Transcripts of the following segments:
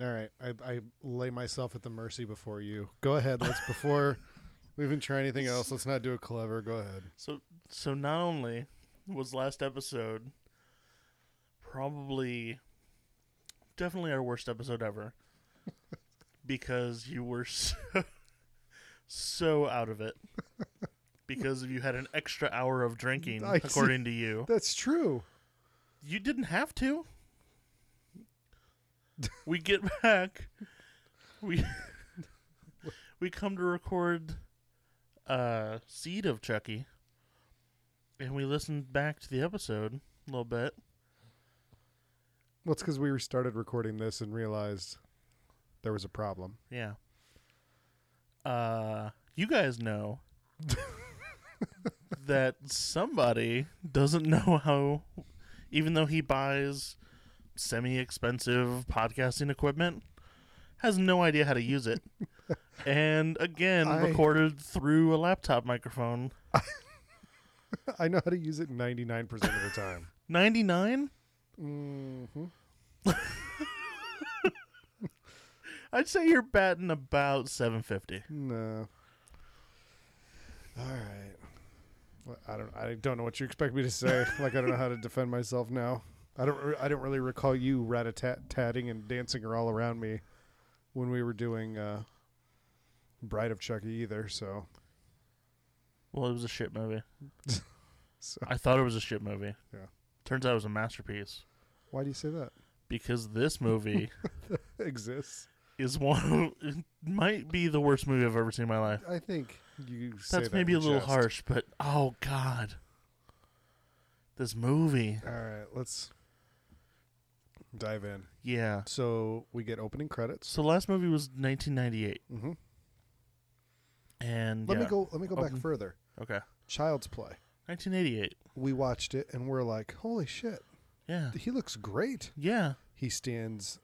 I, I lay myself at the mercy before you. Go ahead. Let's before we even try anything else. Let's not do a clever. Go ahead. So so not only was last episode probably definitely our worst episode ever because you were so, so out of it because you had an extra hour of drinking I see. according to you. That's true. You didn't have to. We get back. We we come to record uh Seed of Chucky. And we listened back to the episode a little bit. Well, it's because we started recording this and realized there was a problem. Yeah. Uh you guys know that somebody doesn't know how even though he buys semi expensive podcasting equipment, has no idea how to use it. and again I- recorded through a laptop microphone. I know how to use it ninety nine percent of the time. Ninety nine? mm-hmm. I'd say you're batting about seven fifty. No. All right. Well, I don't. I don't know what you expect me to say. like I don't know how to defend myself now. I don't. re- I don't really recall you rat a tat tatting and dancing all around me when we were doing uh, Bride of Chucky either. So, Well, it was a shit movie. so I thought it was a shit movie. Yeah. Turns out it was a masterpiece. why do you say that Because this movie exists? is one of, it might be the worst movie I've ever seen in my life. I think you. say That's that maybe a in little jest. harsh, but oh god. This movie. All right. Let's dive in. Yeah. So we get opening credits. So last movie was 1998 hmm and Let me yeah. go. Let me go back Open- further. Okay. Child's Play. 1988. we watched it and we're like, holy shit, Yeah. he looks great. Yeah. He stands,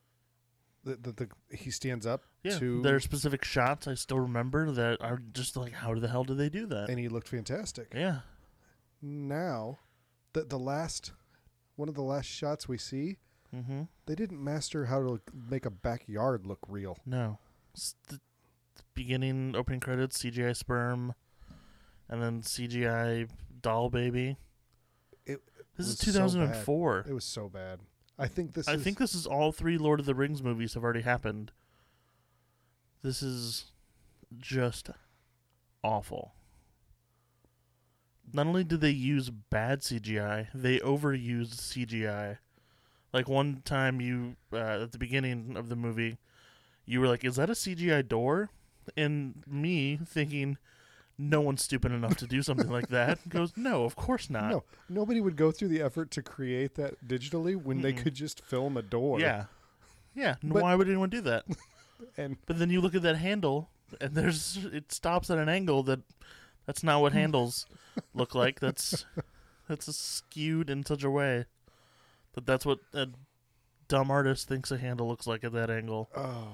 the, the, the he stands up Yeah. to, There are specific shots I still remember that are just like how the hell did they do that? and he looked fantastic. yeah. Now, the the last, one of the last shots we see, Mhm. they didn't master how to make a backyard look real. No. S- The, the beginning opening credits CGI sperm and then CGI doll baby. It This is was so 2004. It was so bad. I think this. I is, think this is all three Lord of the Rings movies have already happened. This is just awful. Not only did they use bad CGI, they overused CGI. Like one time, you uh, at the beginning of the movie, you were like, "Is that a CGI door?" And me thinking, "No one's stupid enough to do something like that." Goes, "No, of course not." no nobody would go through the effort to create that digitally when they Mm-mm. could just film a door. Yeah. Yeah. n- But- why would anyone do that? and But then you look at that handle and there's it stops at an angle that that's not what handles look like. That's that's skewed in such a way that that's what a dumb artist thinks a handle looks like at that angle. oh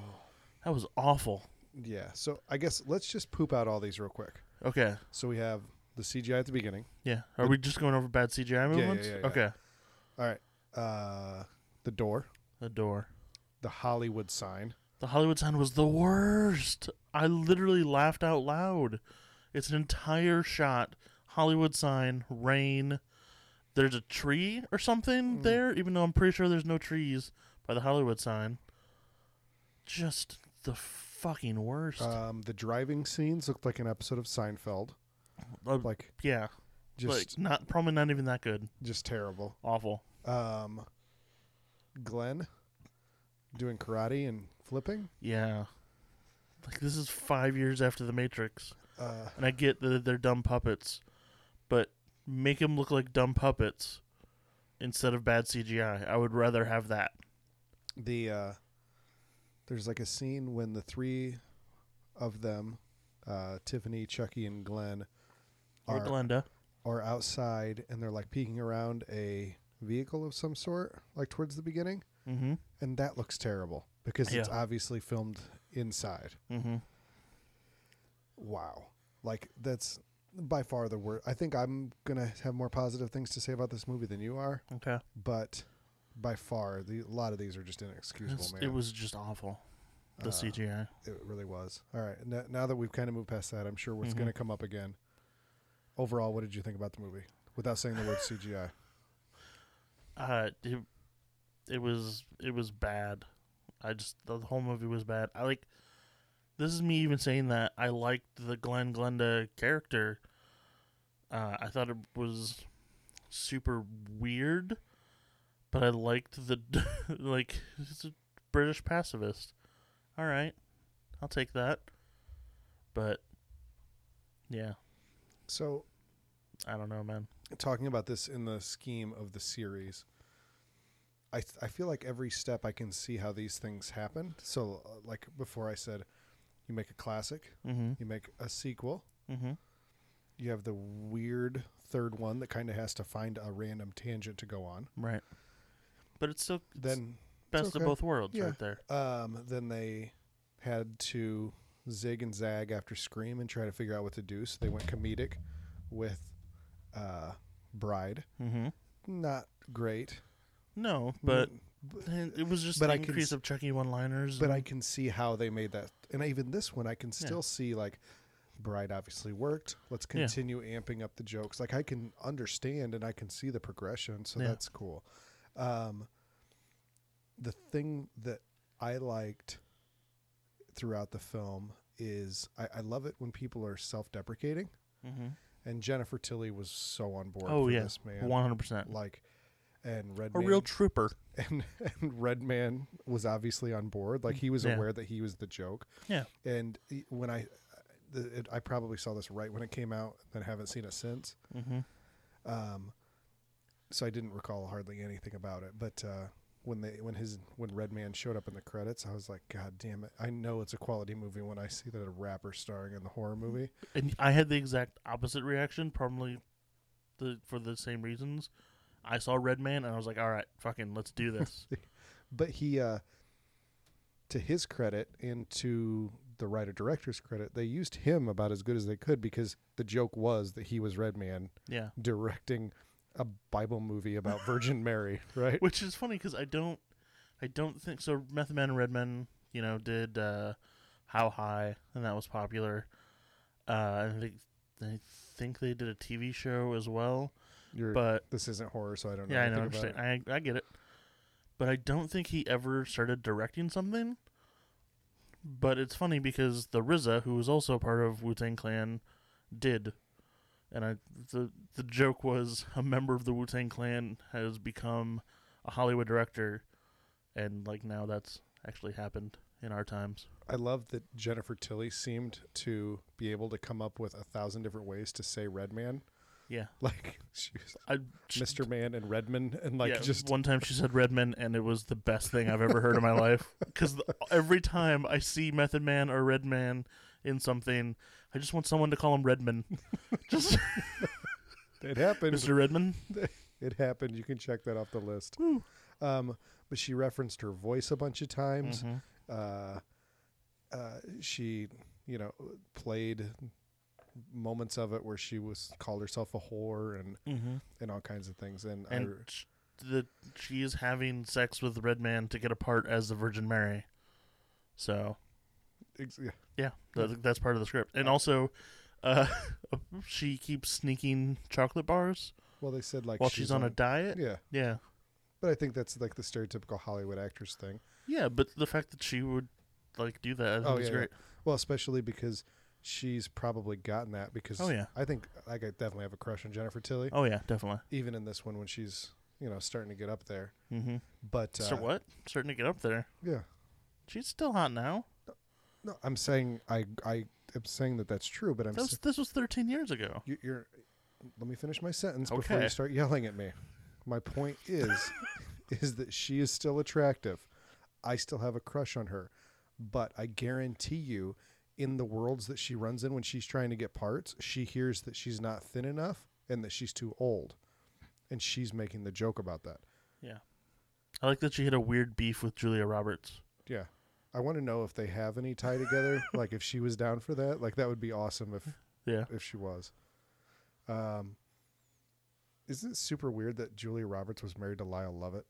That was awful. yeah. So I guess let's just poop out all these real quick. Okay. So we have the CGI at the beginning. Yeah. Are we just going over bad CGI yeah, movements? yeah, yeah. Okay. All right. Uh, the door, The door. the Hollywood sign. The Hollywood sign was the worst. I literally laughed out loud. It's an entire shot. Hollywood sign, rain. There's a tree or something there, even though I'm pretty sure there's no trees by the Hollywood sign. Just the fucking worst. Um, the driving scenes looked like an episode of Seinfeld. Uh, Like yeah, just like not probably not even that good. just terrible. Awful. Um, Glenn doing karate and flipping. Yeah, like this is five years after The Matrix. Uh, and I get that they're dumb puppets, but make them look like dumb puppets instead of bad CGI. I would rather have that. the uh, there's like a scene when the three of them, uh, Tiffany, Chucky, and Glenn, Or are Glenda. are outside and they're like peeking around a vehicle of some sort, like towards the beginning, Mm-hmm. and that looks terrible because it's Yeah. obviously filmed inside. Mm-hmm. Wow, like that's by far the worst. I think I'm gonna have more positive things to say about this movie than you are, Okay. but by far the a lot of these are just inexcusable, It's- man. It was just awful. the Uh, CGI. It really was. All right. Now, now that we've kind of moved past that, I'm sure what's Mhm. going to come up again. Overall, what did you think about the movie? Without saying the word CGI. Uh, it, it was it was bad. I just the whole movie was bad. I like. This is me even saying that I liked the Glenn Glenda character. Uh, I thought it was super weird, but I liked the like it's a British pacifist. All right, I'll take that. But yeah, So, I don't know, man. talking about this in the scheme of the series, I th- I feel like every step I can see how these things happen. So, uh, like before, I said, you make a classic, Mm-hmm. you make a sequel, Mm-hmm. you have the weird third one that kind of has to find a random tangent to go on. Right. But it's still it's Then best okay. of both worlds Yeah. right there. Um, then they had to zig and zag after Scream and try to figure out what to do. So they went comedic with uh, Bride. Mm-hmm. Not great, No, but Mm, but, it was just but an I can increase s- of Chucky one-liners. but I and- can see how they made that. And even this one, I can still see like Bride obviously worked. Let's Yeah. continue amping up the jokes. Like I can understand and I can see the progression. So Yeah. that's cool. Um, the thing that I liked throughout the film is I, I love it when people are self deprecating. Mhm. And Jennifer Tilly was so on board Oh for yeah, this man. one hundred percent. Like and Red A real trooper. and, and Redman was obviously on board. Like he was Yeah. aware that he was the joke. Yeah. And he- when I, the- it, I probably saw this right when it came out, and haven't seen it since. Mm-hmm. Um, so I didn't recall hardly anything about it. But uh, when they, when his, when Redman showed up in the credits, I was like, God damn it! I know it's a quality movie when I see that a rapper starring in the horror movie. And I had the exact opposite reaction, probably the for the same reasons. I saw Red Man and I was like, "All right, fucking, let's do this." But he, uh, to his credit and to the writer director's credit, they used him about as good as they could because the joke was that he was Redman yeah, directing a Bible movie about Virgin Mary, right? which is funny because I don't, I don't think so. Method Man and Redman, you know, did uh, How High, and that was popular. Uh, and I think I think they did a TV show as well, You're, but this isn't horror, so I don't know. yeah, I know, anything about understand. I I get it, but I don't think he ever started directing something. But it's funny because the RZA, who was also part of Wu Tang Clan, did, and I the the joke was a member of the Wu Tang Clan has become a Hollywood director, and like now that's actually happened in our times. it. I love that Jennifer Tilly seemed to be able to come up with a thousand different ways to say Redman. Yeah, Like she was I Mr. Man and Redman, and like Yeah, just one time she said Redman, and it was the best thing I've ever heard in my life. Because every time I see Method Man or Redman in something, I just want someone to call him Redman. Just it happened. Mr. Redman. It happened. You can check that off the list. Um, but she referenced her voice a bunch of times. Mhm. uh, uh, she, you know, played moments of it where she was called herself a whore and Mhm. and all kinds of things. And, uh, I, And sh- the she is having sex with Redman to get a part as the Virgin Mary. So ex- yeah, yeah, that, that's part of the script. And also, uh, she keeps sneaking chocolate bars well, they said like while she's, on, a diet. yeah, yeah. but I think that's like the stereotypical Hollywood actress thing. Yeah, but the fact that she would like do that, I think Oh, is yeah, yeah. great. Well, especially because she's probably gotten that because Oh, yeah. I think like I definitely have a crush on Jennifer Tilly, Oh yeah, definitely. even in this one when she's you know starting to get up there. Mm-hmm. But uh, So what? Starting to get up there. Yeah, She's still hot now. no, I'm saying I I am saying that that's true, but I'm That was, this was 13 years ago. You, you're. Let me finish my sentence before you Okay. start yelling at me. My point is, is that she is still attractive. I still have a crush on her, but I guarantee you, in the worlds that she runs in when she's trying to get parts, she hears that she's not thin enough and that she's too old, and she's making the joke about that. Yeah. I like that she had a weird beef with Julia Roberts. Yeah, I want to know if they have any tie together. like if she was down for that. Like that would be awesome if Yeah. if she was. Um, isn't it super weird that Julia Roberts was married to Lyle Lovett?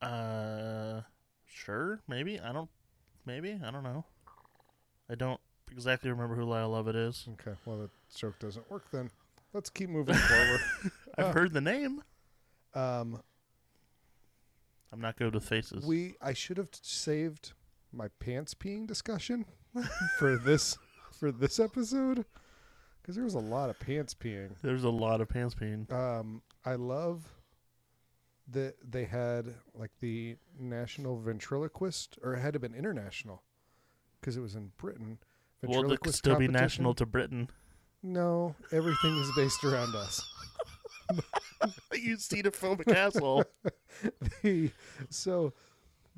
Uh, Sure, maybe. I don't. Maybe I don't know. I don't exactly remember who Lyle Lovett is. Okay, well that joke doesn't work then. Let's keep moving forward. I've Huh. heard the name. Um, I'm not good with faces. we I should have saved my pants peeing discussion for this for this episode because there was a lot of pants peeing. There's a lot of pants peeing. Um, I love that they had like the national ventriloquist, or it had to have been international because it was in Britain. Well, it could still be competition. national to Britain. No, everything is based around us. you see the film castle. The- so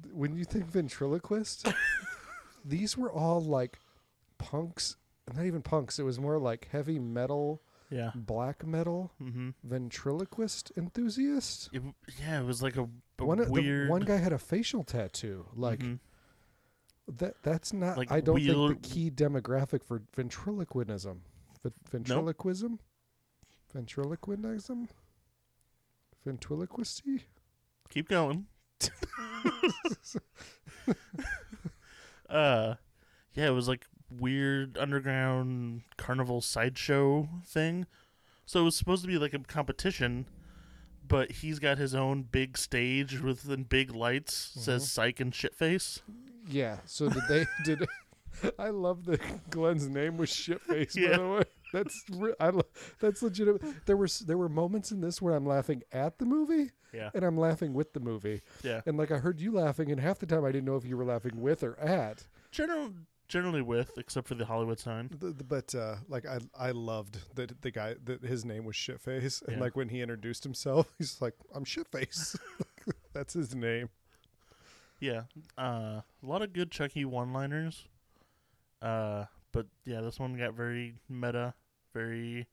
th- when you think ventriloquist, these were all like punks, not even punks. It was more like heavy metal, Yeah. black metal Mm-hmm. ventriloquist enthusiasts. It, yeah, it was like a, a One, of the- weird. one guy had a facial tattoo. Like Mhm. That that's not. Like I don't wheel- think the key demographic for ventriloquism. V- ventriloquism. Ventriloquism. Ventriloquisty. Keep going. uh, yeah, it was like weird underground carnival sideshow thing. So it was supposed to be like a competition, but he's got his own big stage with the big lights. Says psych and shitface. Yeah. So did they? did I love that Glenn's name was shitface? By Yeah. the way, that's re- I, lo- that's legitimate. There were s- there were moments in this where I'm laughing at the movie Yeah, and I'm laughing with the movie, yeah. and like I heard you laughing, and half the time I didn't know if you were laughing with or at. General, generally with, except for the Hollywood sign. The, the, but uh, like I, I loved that the guy that his name was Shitface, and Yeah. like when he introduced himself, he's like, "I'm Shitface." That's his name. Yeah. Uh, a lot of good Chucky one liners. Uh, but yeah, this one got very meta, very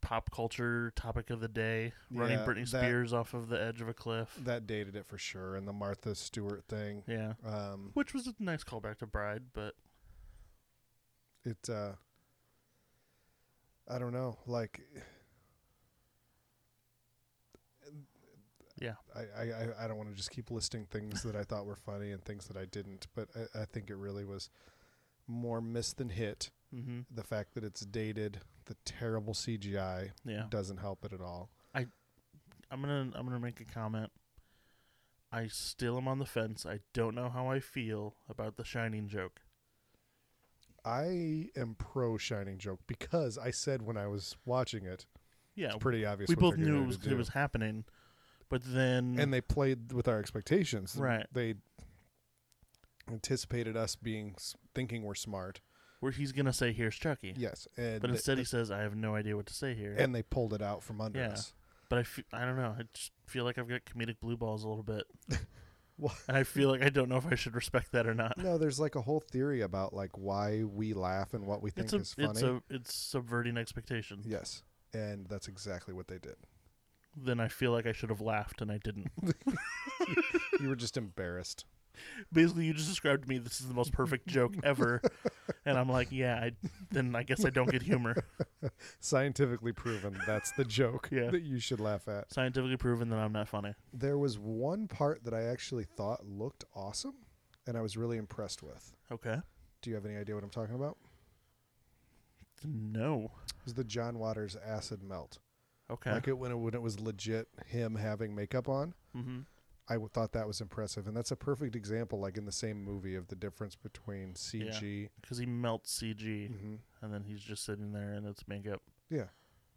pop culture topic of the day. Running Yeah, Britney that- Spears off of the edge of a cliff. That dated it for sure, and the Martha Stewart thing. yeah. Um, Which was a nice callback to Bride, but it, uh, I don't know, like, Yeah. I, I, I- I don't want to just keep listing things that I thought were funny and things that I didn't, but I, I think it really was more miss than hit. hmm the fact that it's dated, the terrible CGI yeah. doesn't help it at all. I'm gonna I'm gonna make a comment. I still am on the fence. I don't know how I feel about the Shining joke. I am pro Shining Joke because I said when I was watching it, Yeah, it's pretty obvious. we what both they're gonna knew it was, do. it was happening, but then and they played with our expectations. Right. They anticipated us being s- thinking we're smart. where he's gonna say here's Chucky, Yes, and but th- instead he says I have no idea what to say here. and they pulled it out from under Yeah. us. but I fe- I don't know. I just feel like I've got comedic blue balls a little bit, What? and I feel like I don't know if I should respect that or not. No, there's like a whole theory about like why we laugh and what we think It's a is funny. it's a it's subverting expectations. yes, and that's exactly what they did. Then I feel like I should have laughed and I didn't. You were just embarrassed. Basically, you just described to me this is the most perfect joke ever, and I'm like, yeah. I, then I guess I don't get humor. scientifically proven that's the joke Yeah. that you should laugh at. Scientifically proven that I'm not funny. There was one part that I actually thought looked awesome and I was really impressed with. Okay. Do you have any idea what I'm talking about? No. It was the John Waters acid melt. Okay. Like it when it when it was legit him having makeup on. mm-hmm. I w- thought that was impressive and that's a perfect example like in the same movie of the difference between CG. Because he melts CG. Mhm. and then he's just sitting there and it's makeup.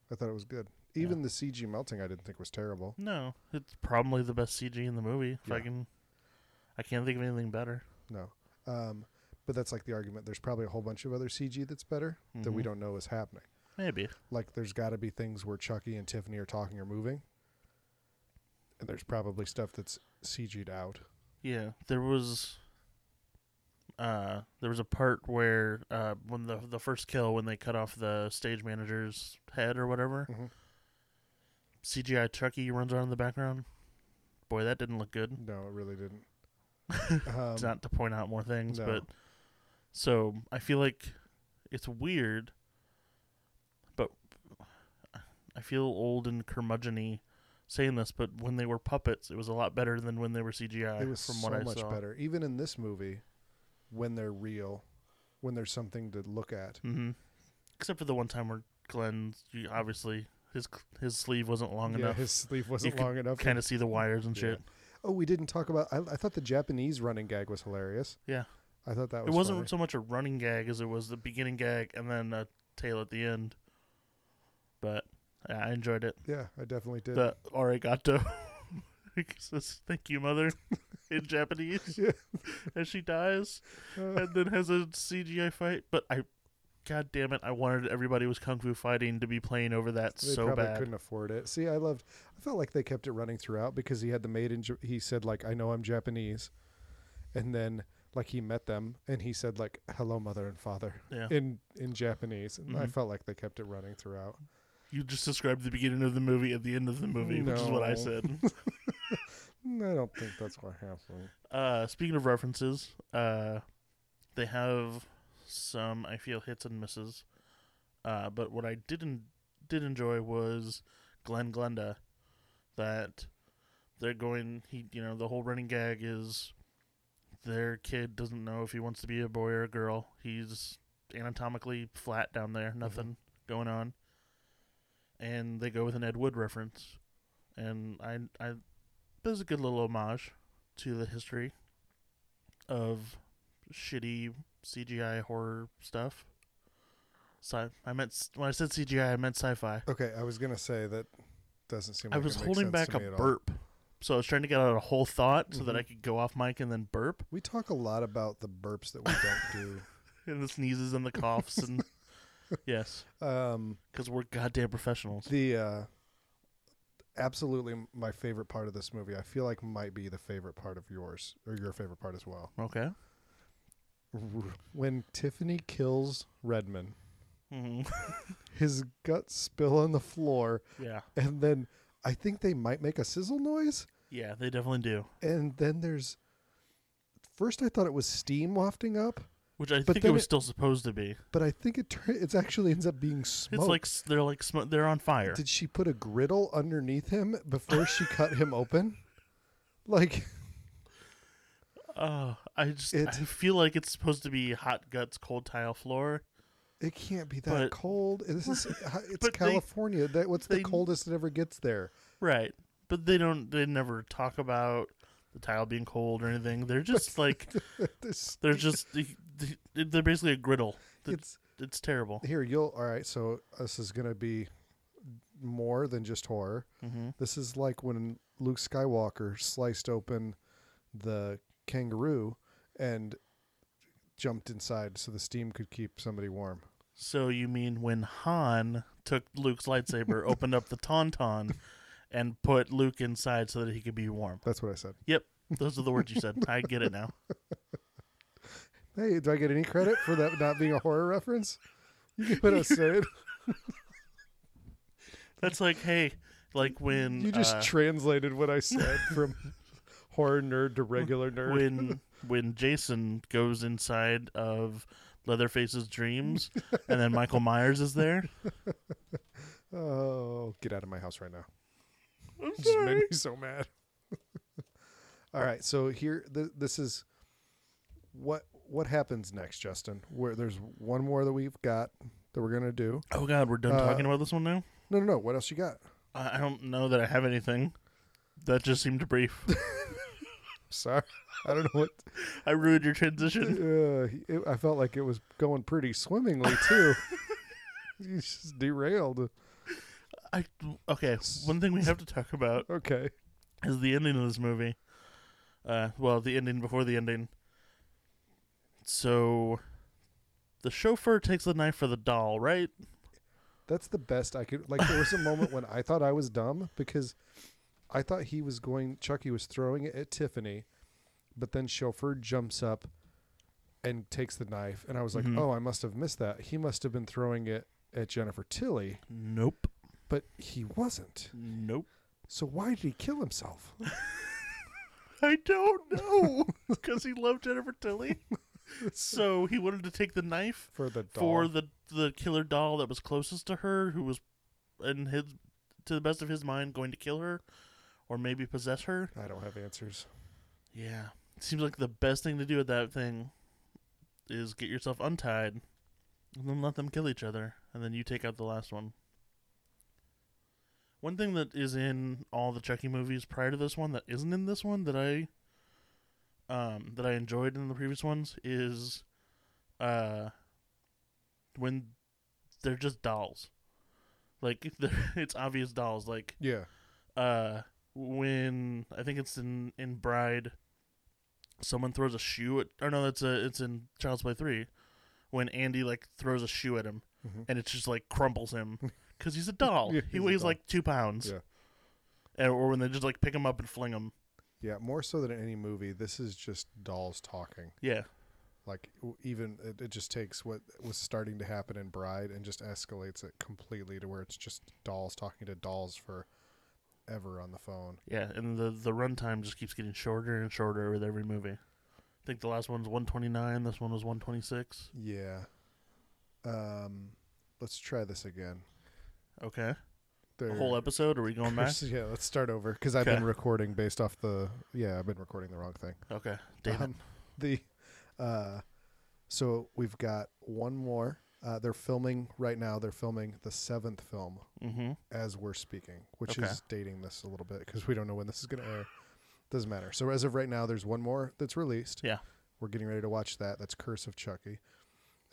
I thought it was good. Yeah. Even the CG melting I didn't think was terrible. No, it's probably the best CG in the movie. If I Yeah. can, I can't think of anything better. No. Um but that's like the argument. There's probably a whole bunch of other CG that's better that we Mhm. don't know is happening. Maybe like there's got to be things where Chucky and Tiffany are talking or moving, and there's probably stuff that's CG'd out. Yeah, there was uh there was a part where uh when the the first kill when they cut off the stage manager's head or whatever. Mhm. CGI Chucky runs around in the background. Boy, that didn't look good. No, it really didn't. Um, Mm. It's not to point out more things, no. but so I feel like it's weird, but I feel old and curmudgeony saying this, but when they were puppets, it was a lot better than when they were CGI. it was uh, from so what I much saw. better. Even in this movie, when they're real, when there's something to look at. hmm Except for the one time where Glenn, you- obviously his his sleeve wasn't long yeah, enough. his sleeve wasn't could long enough. Kind of see the wires and Yeah. shit. Oh, we didn't talk about. I, I thought the Japanese running gag was hilarious. Yeah. I thought that was. it wasn't funny. so much a running gag as it was the beginning gag and then a tail at the end. But yeah, I enjoyed it. yeah, I definitely did. The origato. He says, Thank you, mother, in Japanese, Yeah. as she dies, Uh, and then has a CGI fight. But I, god damn it, I wanted everybody who was kung fu fighting to be playing over that they so probably bad. couldn't afford it. See, I loved. I felt like they kept it running throughout because he had the maid in. Ja- He said like, "I know I'm Japanese," and then like he met them and he said like, "Hello, mother and father," Yeah, in in Japanese, and I Mhm. felt like they kept it running throughout. you just described the beginning of the movie and the end of the movie, which is what I No. said. Mm, I don't think that's what happened. Uh, speaking of references, uh, they have some I feel hits and misses. Uh, but what I didn't did enjoy was Glenn Glenda, that they're going. He you know the whole running gag is their kid doesn't know if he wants to be a boy or a girl. He's anatomically flat down there, nothing going on. And they go with an Ed Wood reference, and I I there's a good little homage to the history of shitty CGI horror stuff. Sci- I meant s- when I said CGI, I meant sci-fi. Okay, I was gonna say that doesn't seem. I like it was makes holding sense back to a me at all. burp, so I was trying to get out a whole thought so that Mhm. I could go off mic and then burp, We talk a lot about the burps that we don't and the sneezes and the coughs and yes, do. Um, because we're goddamn professionals. The uh, absolutely m- my favorite part of this movie, I feel like might be the favorite part of yours or your favorite part as well. Okay. When Tiffany kills Redman, hmm his guts spill on the floor, Yeah. and then I think they might make a sizzle noise, Yeah, they definitely do. and then there's. First, I thought it was steam wafting up, Which I But think it then was it- still supposed to be. but I think it tur- it's actually ends up being It's smoke. like s- they're like sm- they're on fire. Did she put a griddle underneath him before she cut him open? Like. Oh, I just I It's- feel like it's supposed to be hot guts, cold tile floor. It can't be that But- cold. This is it's But they- California. that what's they- the coldest it ever gets there? Right. But they don't they never talk about the tile being cold or anything. They're just like This they're just they- they- they're basically a griddle. It's, it's it's terrible. here. You'll all right. So this is gonna be more than just horror. hmm This is like when Luke Skywalker sliced open the kangaroo and jumped inside so the steam could keep somebody warm. So you mean when Han took Luke's lightsaber, opened up the tauntaun, and put Luke inside so that he could be warm? That's what I said. Those are the words you said. I get it now. Hey, do I get any credit for that not being a horror reference? You could have said it. That's like hey, like when You just uh, translated what I said from horror nerd to regular nerd. when when Jason goes inside of Leatherface's dreams, and then Michael Myers is there. Oh, get out of my house right now. I'm It just made me so mad. All right, so here th- this is what what happens next, Justin? Where there's one more that we've got that we're going to do. Oh God, we're done Uh, talking about this one now. No, no, no. What else you got? I I don't know that I have anything. That just seemed brief. Sorry. I don't know what I ruined your transition. uh, he- it, I felt like it was going pretty swimmingly too. you just derailed. I okay. One thing we have to talk about Okay. is the ending of this movie. Uh, well, the ending before the ending. So, the chauffeur takes the knife for the doll, right? That's the best I could. Like there was a moment when I thought I was dumb because I thought he was going. Chucky was throwing it at Tiffany, but then chauffeur jumps up and takes the knife, and I was like, Mhm. "Oh, I must have missed that. He must have been throwing it at Jennifer Tilly, Nope. but he wasn't. Nope. So why did he kill himself? I don't know because he loved Jennifer Tilly. So he wanted to take the knife For the doll. for the the killer doll that was closest to her, who was in his to the best of his mind, going to kill her or maybe possess her. I don't have answers. Yeah. Seems like the best thing to do with that thing is get yourself untied and then let them kill each other, and then you take out the last one. One thing that is in all the Chucky movies prior to this one that isn't in this one that I um that I enjoyed in the previous ones is uh when they're just dolls. Like they're- it's obvious dolls like Yeah. uh when I think it's in in Bride, someone throws a shoe at or no, that's a it's in Child's Play three, when Andy like throws a shoe at him Mhm. and it's just like crumbles him because he's a doll. Yeah, he he's a weighs doll. like two pounds. Yeah. And, or when they just like pick him up and fling him. Yeah. More so than any movie, this is just dolls talking. Yeah, Like w- even it, it just takes what was starting to happen in Bride and just escalates it completely to where it's just dolls talking to dolls for ever on the phone. yeah. And the the runtime just keeps getting shorter and shorter with every movie. I think the last one's one twenty nine. This one was one twenty six. Yeah. Um, let's try this again. Okay, There, a whole episode. Are we going back? Yeah, let's start over because I've Okay. been recording based off the. Yeah, I've been recording the wrong thing. Okay, damn it. Um, the uh, so we've got one more. Uh, they're filming right now. They're filming the seventh film Mm-hmm. as we're speaking, which Okay. is dating this a little bit because we don't know when this is going to air. Doesn't matter. So as of right now, there's one more that's released. Yeah. we're getting ready to watch that. That's Curse of Chucky.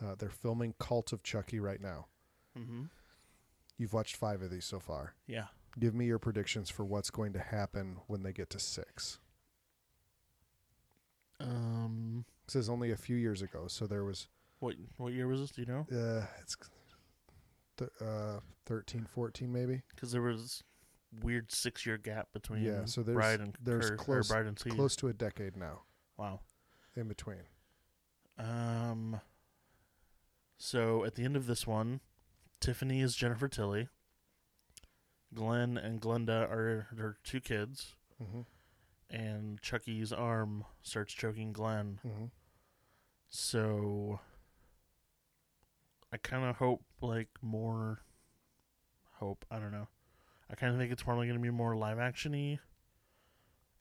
Uh, they're filming Cult of Chucky right now. Mm-hmm. You've watched five of these so far. Yeah. Give me your predictions for what's going to happen when they get to six. Um, This is only a few years ago, so there was what what year was this? Do you know? uh, it's th- uh, 13, 14 maybe. Because there was weird six year gap between Yeah, so there's- Bride and there's Cur- or close- Bride and Seed. Close to a decade now Wow. in between. Um. So at the end of this one, Tiffany is Jennifer Tilly. Glenn and Glenda are her two kids, hmm and Chucky's arm starts choking Glenn. hmm So I kind of hope like more hope, I don't know. I kind of think it's probably going to be more live actiony.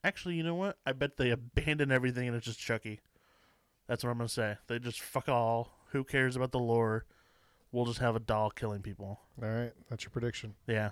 Actually, you know what? I bet they abandon everything and it's just Chucky. That's what I'm going to say. They just fuck all. Who cares about the lore? We'll just have a doll killing people. All right, that's your prediction. Yeah,